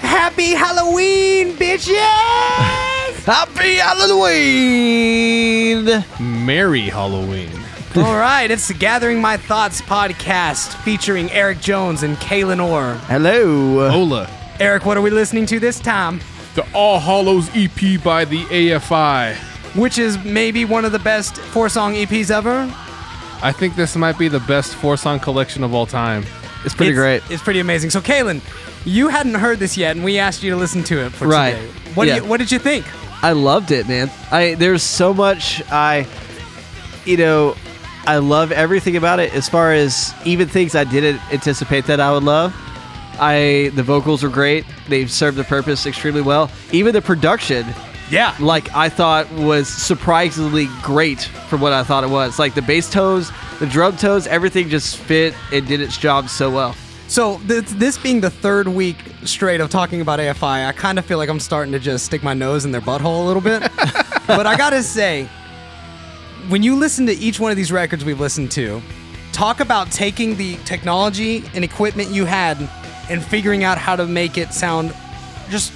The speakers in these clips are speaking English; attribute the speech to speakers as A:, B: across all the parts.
A: Happy Halloween, bitches!
B: Happy Halloween! Merry Halloween.
A: All right, it's the Gathering My Thoughts podcast featuring Eric Jones and Kaylin Orr.
B: Hello.
C: Hola.
A: Eric, what are we listening to this time?
C: The All Hollows EP by the AFI.
A: Which is maybe one of the best four song EPs ever.
C: I think this might be the best four song collection of all time.
B: it's pretty great.
A: It's pretty amazing. So, Kaylin, you hadn't heard this yet, and we asked you to listen to it for
B: Right.
A: today. What,
B: Yeah.
A: do you, what did you think?
B: I loved it, man. I there's so much I you know, I love everything about it as far as even things I didn't anticipate that I would love. I the vocals were great. They've served the purpose extremely well. Even the production
A: Yeah.
B: like I thought was surprisingly great from what I thought it was. Like the bass tones, the drum tones, everything just fit and did its job so well.
A: So th- this being the third week straight of talking about AFI, I kind of feel like I'm starting to just stick my nose in their butthole a little bit. but I gotta say, when you listen to each one of these records we've listened to, talk about taking the technology and equipment you had and figuring out how to make it sound just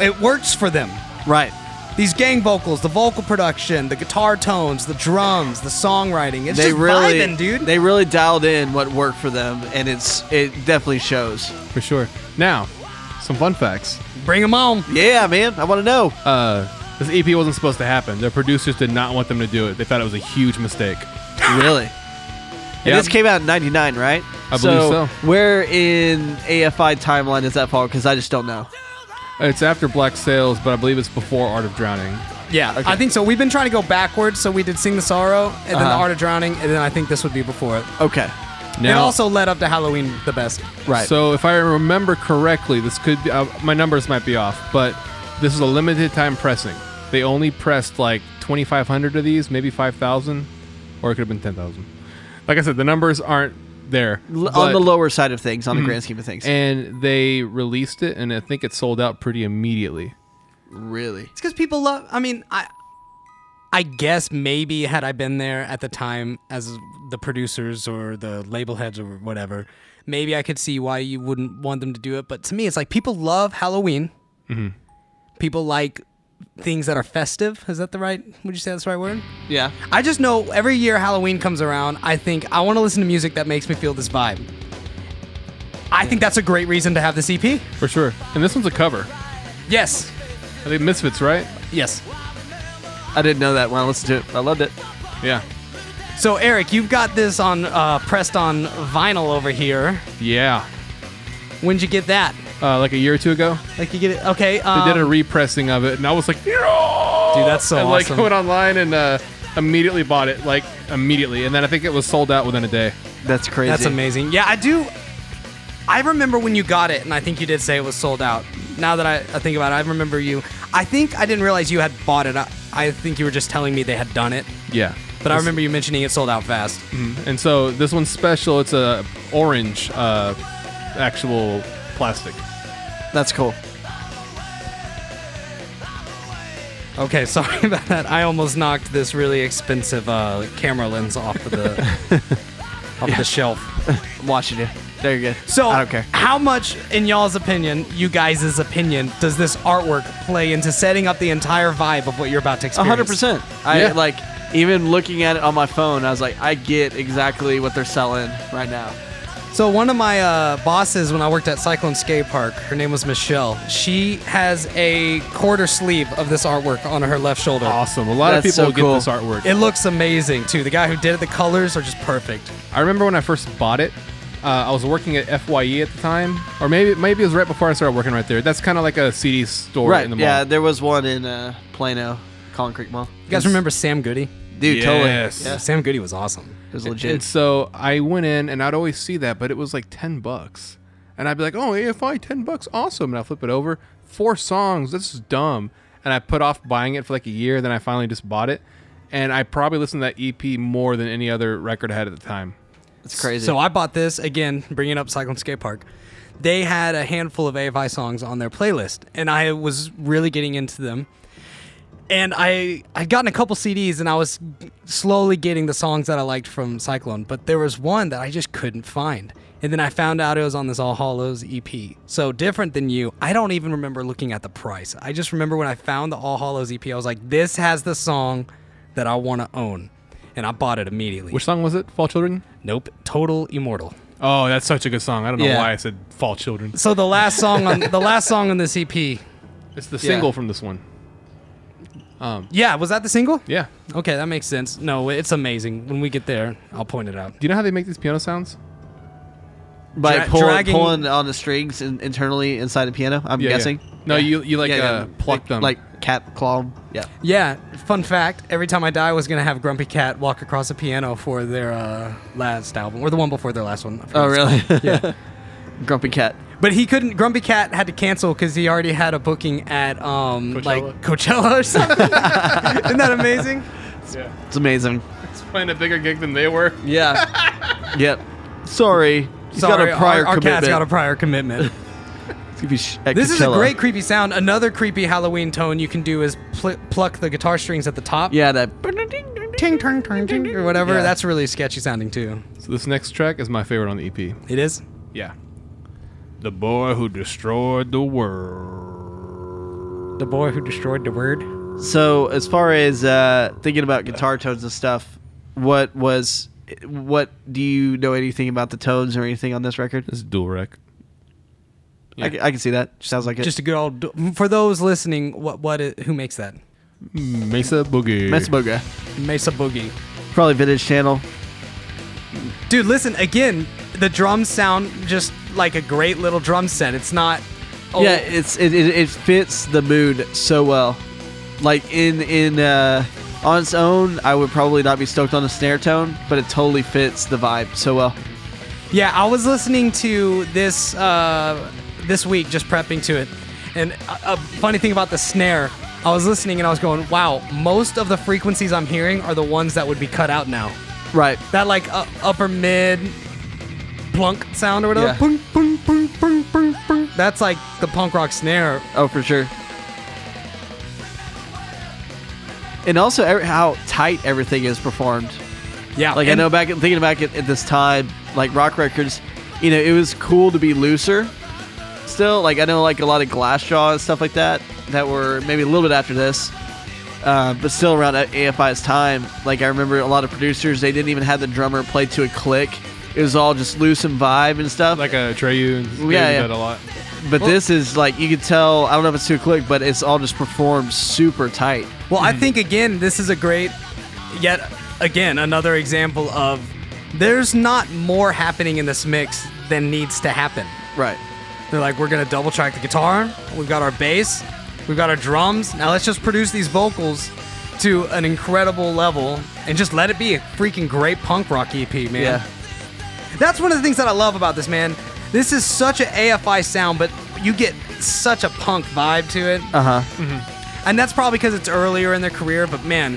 A: it works for them.
B: Right.
A: These gang vocals, the vocal production, the guitar tones, the drums, the songwriting. It's
B: They
A: just
B: really
A: vibing, dude.
B: They really dialed in what worked for them and it's it definitely shows.
C: For sure. Now, some fun facts.
A: Bring them on.
B: Yeah, man. I want to know.
C: Uh, this EP wasn't supposed to happen. Their producers did not want them to do it. They thought it was a huge mistake.
B: really? And
C: Yeah.
B: this came out in 99, right?
C: I believe so.
B: Where in AFI timeline does that fall cuz I just don't know.
C: It's after Black Sails, but I believe it's before Art of Drowning.
A: Yeah, I think so. We've been trying to go backwards, so we did Sing the Sorrow, and then The
B: Uh-huh.
A: Art of Drowning, and then I think this would be before it.
B: Okay.
A: it also led up to Halloween the best.
B: Right.
C: So if I remember correctly, this could be, uh, my numbers might be off, but this is a limited time pressing. They only pressed like 2,500 of these, maybe 5,000, or it could have been 10,000. Like I said, the numbers aren't there.
B: L- on
C: but- Mm-hmm.
B: the lower side of things, on the grand scheme of things.
C: And they released it, and I think it sold out pretty immediately.
B: really?
A: It's because people love. I mean, I, I guess maybe had I been there at the time as the producers or the label heads or whatever, maybe I could see why you wouldn't want them to do it. But to me, it's like people love Halloween.
B: Mm-hmm.
A: People like things that are festive. Is that the right? Would you say that's the right word?
B: Yeah.
A: I just know every year Halloween comes around, I think I want to listen to music that makes me feel this vibe. I think that's a great reason to have this E EP.
C: For sure. And this one's a cover.
A: Yes.
C: I think Misfits, right?
A: Yes.
B: I didn't know that when I listened to it. I loved it.
C: Yeah.
A: So Eric, you've got this on uh, pressed on vinyl over here.
C: Yeah.
A: When'd you get that?
C: Uh, like a year or two ago,
A: Like you get it? Okay.
C: they
A: Um,
C: did a repressing of it, and I was like, "Yeah!"
A: Dude, that's so
C: and,
A: awesome.
C: Like went online and uh, immediately bought it, like immediately, and then I think it was sold out within a day.
B: That's crazy.
A: That's amazing. Yeah, I do. I remember when you got it, and I think you did say it was sold out. Now that I, I think about it, I remember you. I think I didn't realize you had bought it. I, I think you were just telling me they had done it,
C: Yeah.
A: but I remember you mentioning it sold out fast.
C: And so this one's special. It's a orange, uh, actual plastic.
B: That's cool.
A: Okay, sorry about that. I almost knocked this really expensive uh, camera lens off of the off the shelf.
B: I'm watching you. There you go.
A: So,
B: I don't care.
A: how much, in y'all's opinion, you guys' opinion, does this artwork play into setting up the entire vibe of what you're about to
B: A
A: experience?
B: hundred percent. I
C: Yeah.
B: like even looking at it on my phone. I was like, I get exactly what they're selling right now.
A: So one of my uh, bosses when I worked at Cyclone Skate Park, her name was Michelle. She has a quarter sleeve of this artwork on her left shoulder.
C: Awesome. A lot
B: That's
C: of
B: so
C: people
B: cool.
C: get this artwork.
A: It looks amazing too. The guy who did it, the colors are just perfect.
C: I remember when I first bought it. Uh, I was working at Fye at the time, or maybe maybe it was right before I started working right there. That's kind of like a CD store
B: right?
C: in the mall.
B: yeah, there was one in uh, Plano, Collin Creek Mall.
A: You guys remember Sam Goody?
B: Dude,
C: Yes.
B: totally. Yeah,
A: Sam Goody was awesome.
B: it was
C: And-
B: legit.
C: And so I went in and I'd always see that, but it was like 10 bucks. And I'd be like, oh, AFI, 10 bucks, awesome. And I flip it over, four songs, this is dumb. And I put off buying it for like a year, then I finally just bought it. And I probably listened to that EP more than any other record I had at the time.
B: it's crazy.
A: So I bought this again, bringing up Cyclone Skate Park. They had a handful of AFI songs on their playlist, and I was really getting into them. and I I'd gotten a couple CDs and I was slowly getting the songs that I liked from Cyclone, but there was one that I just couldn't find. And then I found out it was on this All Hollows EP. So different than you, I don't even remember looking at the price. I just remember when I found the All Hollows EP, I was like, this has the song that I want to own. And I bought it immediately.
C: Which song was it? Fall Children?
A: nope, Total Immortal.
C: Oh, that's such a good song. I don't know
B: Yeah.
C: why I said Fall Children.
A: So the last song on the last song on this E EP.
C: It's the
B: Yeah.
C: single from this one.
A: Yeah, was that the single?
C: Yeah.
A: Okay, that makes sense. No, it's amazing. When we get there, I'll point it out.
C: Do you know how they make these piano sounds?
B: by
A: Dra-
B: pull,
A: dragging-
B: pulling on the strings in, internally inside the piano. I'm
C: Yeah, yeah.
B: guessing.
C: No, you you like
B: Yeah,
C: uh,
B: yeah.
C: pluck
B: like,
C: them.
B: like cat claw. 'em. Yeah,
A: Yeah, fun fact: every time I die, I was gonna have Grumpy Cat walk across a piano for their uh, last album, or the one before their last one. I forget
B: Oh,
A: what it's
B: really?
A: called. yeah,
B: grumpy cat.
A: but he couldn't. Grumpy Cat had to cancel because he already had a booking at um like Coachella
C: Coachella.
A: or something. Isn't that amazing?
C: yeah.
B: It's amazing.
C: It's playing a bigger gig than they were.
B: Yeah. yep. Sorry, he's
A: Sorry,
B: got a prior
A: our, our
B: commitment.
A: cat's got a prior commitment.
B: It's gonna be sh- at
A: this is a
B: Coachella.
A: great creepy sound. Another creepy Halloween tone you can do is pl- pluck the guitar strings at the top.
B: Yeah, that.
A: ting ting ting ting or whatever.
B: Yeah.
A: That's really sketchy sounding too.
C: So this next track is my favorite on the E EP.
A: It is.
C: Yeah. The boy who destroyed the world.
A: The boy who destroyed the word.
B: So as far as uh, thinking about guitar tones and stuff, what was what do you know anything about the tones or anything on this record?
C: This is dual rec.
B: I, c- I can see that. Sounds like it.
A: Just a good old. For those listening, what what i- who makes that?
C: Mesa Boogie.
B: Mess Boga.
A: Mesa Boogie.
B: Probably Vintage Channel.
A: Dude, listen again. The drums sound just like a great little drum set. It's not. Oh,
B: Yeah, it's it, it, it fits the mood so well. Like in in uh, on its own, I would probably not be stoked on a snare tone, but it totally fits the vibe so well.
A: Yeah, I was listening to this uh, this week, just prepping to it, and a, a funny thing about the snare, I was listening and I was going, "Wow, most of the frequencies I'm hearing are the ones that would be cut out now."
B: Right.
A: That like u- upper mid plunk sound or whatever.
B: Yeah.
A: Boom, boom, boom, boom, boom, boom. That's like the punk rock snare.
B: Oh, for sure. And also every, how tight everything is performed.
A: Yeah,
B: Like
A: and-
B: I know back thinking back at, at this time, like rock records, you know, it was cool to be looser. Still, like I know, like a lot of Glassjaw and stuff like that that were maybe a little bit after this, uh, but still around at AFI's time. Like I remember a lot of producers, they didn't even have the drummer play to a click. It was all just loose and vibe and stuff.
C: Like a Treyu.
B: Yeah, yeah.
C: a lot.
B: but this is like you could tell. I don't know if it's to a click, but it's all just performed super tight.
A: Well,
B: Hmm.
A: I think again, this is a great, yet again, another example of there's not more happening in this mix than needs to happen.
B: Right.
A: They're like, we're gonna double track the guitar, we've got our bass, we've got our drums. Now let's just produce these vocals to an incredible level and just let it be a freaking great punk rock EP, man.
B: Yeah.
A: That's one of the things that I love about this, man. This is such an AFI sound, but you get such a punk vibe to it Mm-hmm.
B: Uh huh.
A: and that's probably because it's earlier in their career. But man,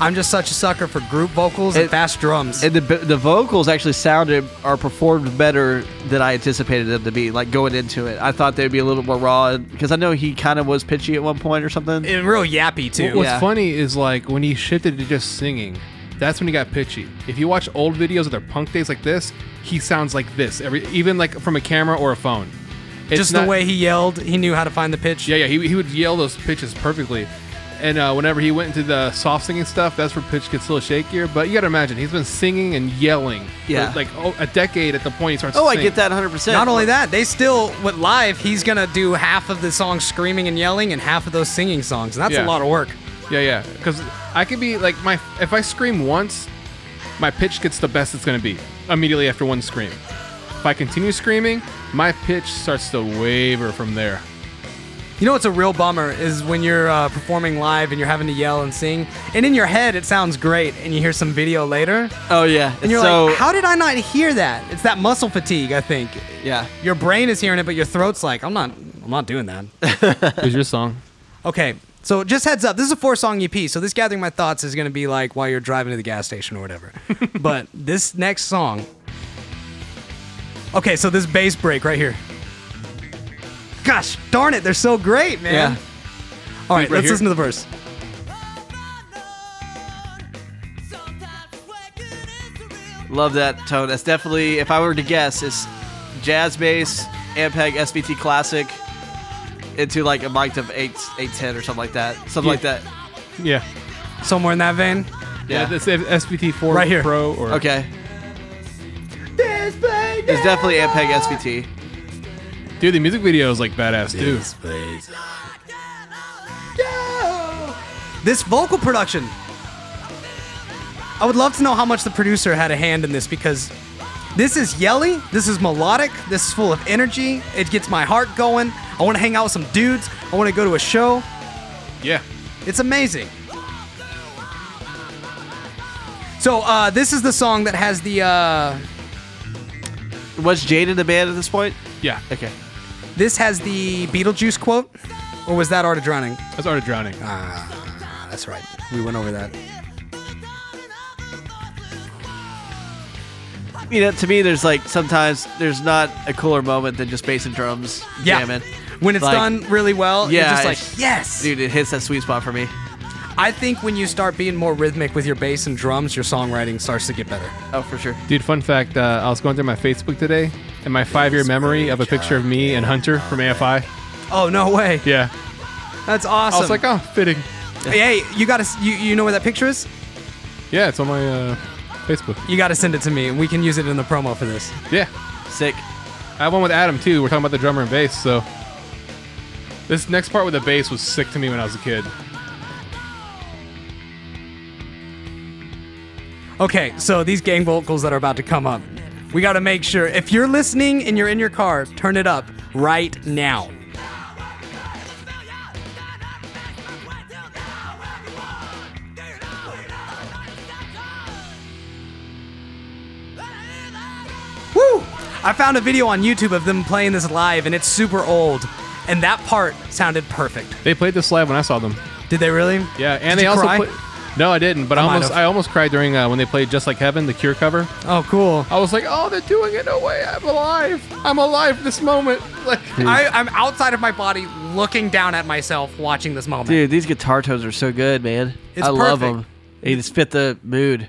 A: I'm just such a sucker for group vocals and
B: It-
A: fast drums.
B: And the the vocals actually sounded or performed better than I anticipated them to be. Like going into it, I thought they'd be a little more raw because I know he kind of was pitchy at one point or something.
A: and real yappy too.
C: What's
B: Yeah.
C: funny is like when he shifted to just singing, that's when he got pitchy. If you watch old videos of their punk days like this, he sounds like this. Every even like from a camera or a phone. It's
A: just
C: not-
A: the way he yelled, he knew how to find the pitch.
C: Yeah, yeah. He, he would yell those pitches perfectly. And uh, whenever he went into the soft singing stuff, that's where pitch gets a little shakier. But you got to imagine, he's been singing and yelling
B: Yeah.
C: for like oh, a decade at the point he starts
B: oh,
C: to
B: I
C: sing.
B: get that 100. percent
A: Not only that, they still with live, he's gonna do half of the songs screaming and yelling, and half of those singing songs, and that's
C: Yeah.
A: a lot of work.
C: Yeah, yeah. Because I could be like my if I scream once, my pitch gets the best it's gonna be immediately after one scream. If I continue screaming, my pitch starts to waver from there.
A: You know what's a real bummer is when you're uh, performing live and you're having to yell and sing, and in your head it sounds great, and you hear some video later,
B: Oh yeah.
A: and you're
B: so
A: like, "How did I not hear that?" It's that muscle fatigue, I think.
B: yeah.
A: Your brain is hearing it, but your throat's like, I'm not, I'm not doing that.
C: Is your song?
A: okay, so just heads up, this is a four song EP, so this gathering my thoughts is gonna be like while you're driving to the gas station or whatever. but this next song, okay, so this bass break right here. Gosh darn it, they're so great, man.
B: Yeah.
A: All right,
C: Right
A: let's
C: here?
A: listen to the verse.
B: Love that tone. That's definitely, if I were to guess, it's jazz bass, Ampeg SVT classic, into like a mic of eight eight ten or something like that. Something like that.
C: Yeah.
A: Somewhere in that vein.
C: Yeah.
B: Yeah.
C: this is SVT four
A: Right here.
C: Pro or
B: okay. It's definitely Ampeg SVT.
C: dude, the music video is like badass too.
A: This vocal production. I would love to know how much the producer had a hand in this because this is yelly, this is melodic, this is full of energy. It gets my heart going. I want to hang out with some dudes. I want to go to a show.
C: Yeah.
A: It's amazing. So uh, this is the song that has the uh,
B: Was Jade in the band at this point?
C: Yeah.
B: Okay.
A: this has the Beetlejuice quote, or was that Art of Drowning?
C: That's Art of Drowning.
A: Ah, that's right. We went over that.
B: You know, to me, there's like sometimes there's not a cooler moment than just bass and drums
A: Yeah.
B: jamming.
A: When it's
B: Like,
A: done really well,
B: Yeah,
A: yeah, you're just
B: it's-
A: like, yes.
B: Dude, it hits that sweet spot for me.
A: I think when you start being more rhythmic with your bass and drums, your songwriting starts to get better.
B: Oh, for sure.
C: Dude, fun fact, uh, I was going through my Facebook today and my five year memory of a picture of me and Hunter from AFI.
A: Oh no way!
C: Yeah.
A: That's
C: I
A: awesome.
C: was like, oh, fitting.
A: hey, you gotta, s- you, you know where that picture is?
C: Yeah, it's on my uh, Facebook.
A: You gotta send it to me, and we can use it in the promo for this.
C: Yeah.
B: Sick.
C: I have one with Adam too. We're talking about the drummer and bass, so this next part with the bass was sick to me when I was a kid.
A: Okay, so these gang vocals that are about to come up, we gotta make sure if you're listening and you're in your car, turn it up right now. Woo! I found a video on YouTube of them playing this live, and it's super old. And that part sounded perfect.
C: They played this live when I saw them.
A: Did they really?
C: Yeah, and
A: Did
C: they
A: you
C: also
A: cry?
C: played. No, I didn't. But I,
A: might
C: almost
A: have.
C: I almost cried during uh, when they played "Just Like Heaven," the Cure cover.
A: Oh, cool.
C: I was like, "Oh, they're doing it! No way! I'm alive! I'm alive this moment!" Like,
A: I, I'm outside of my body, looking down at myself, watching this moment.
B: Dude, these guitar tones are so good, man.
A: It's
B: I love
A: perfect.
B: them. They just fit the mood.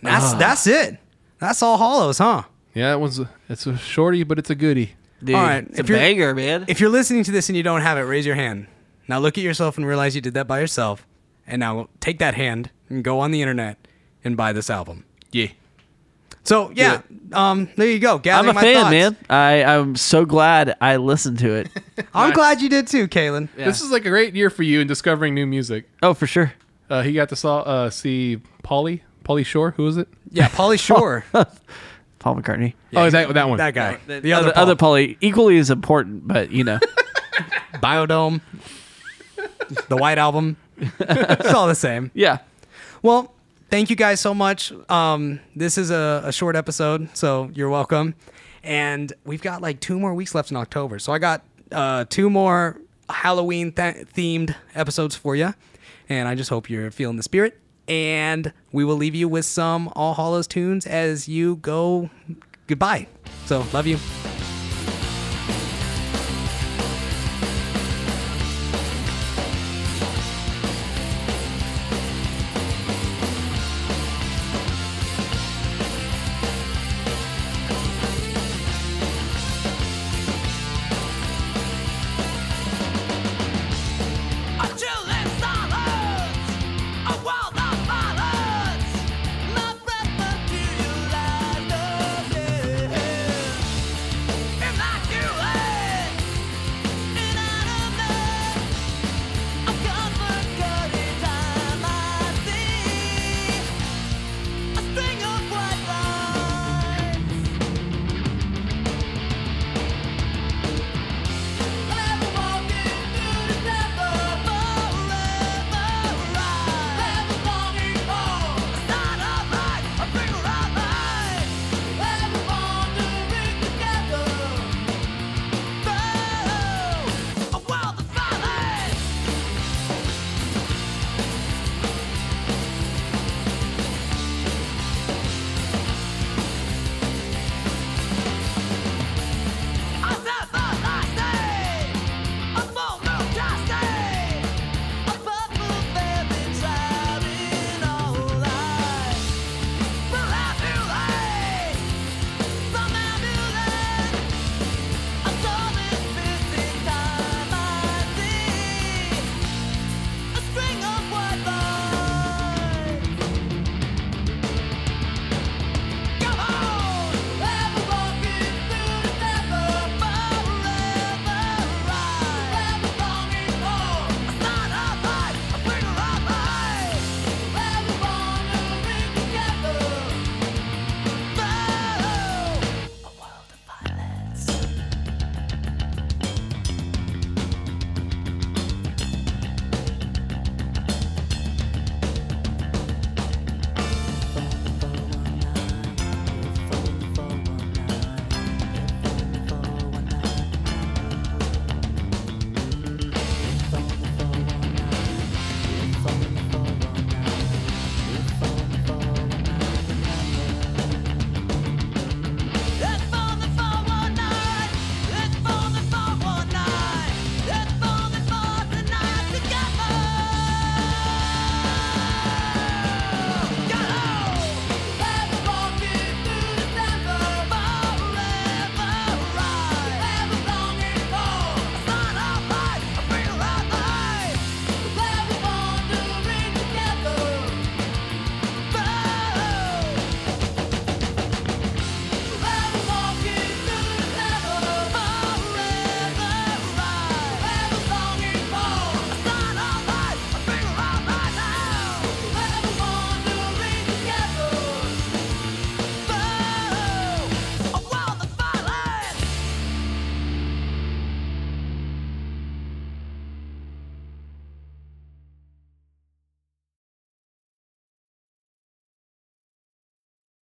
A: That's that's it. That's all hollows, huh?
C: yeah, it was. It's a shorty, but it's a goodie.
B: Dude,
A: All right,
B: it's a
A: if you're-
B: banger, man.
A: If you're listening to this and you don't have it, raise your hand. Now look at yourself and realize you did that by yourself. And now take that hand and go on the internet and buy this album.
C: Yeah.
A: So yeah, um, there you go.
B: I'm
A: Gathering
B: a
A: my
B: fan,
A: thoughts.
B: man. I, I'm so glad I listened to it.
A: I'm glad you did too, Kalen.
C: This is like a great year for you in discovering new music.
B: oh, for sure.
C: Uh, he got to saw uh, see Polly Polly Shore. Who is it?
A: Yeah, Polly Shore,
B: Paul McCartney.
C: oh, is that that one?
A: that guy, Oh. the,
B: other,
A: other,
B: other
A: Paul.
B: Paulie, equally as important, but you know,
A: Biodome, the White Album. it's all the same.
B: yeah.
A: Well, thank you guys so much. Um, this is a, a short episode, so you're welcome. And we've got like two more weeks left in October. So I got uh, two more Halloween th- themed episodes for you. And I just hope you're feeling the spirit. And we will leave you with some All Hollows tunes as you go goodbye. So, love you.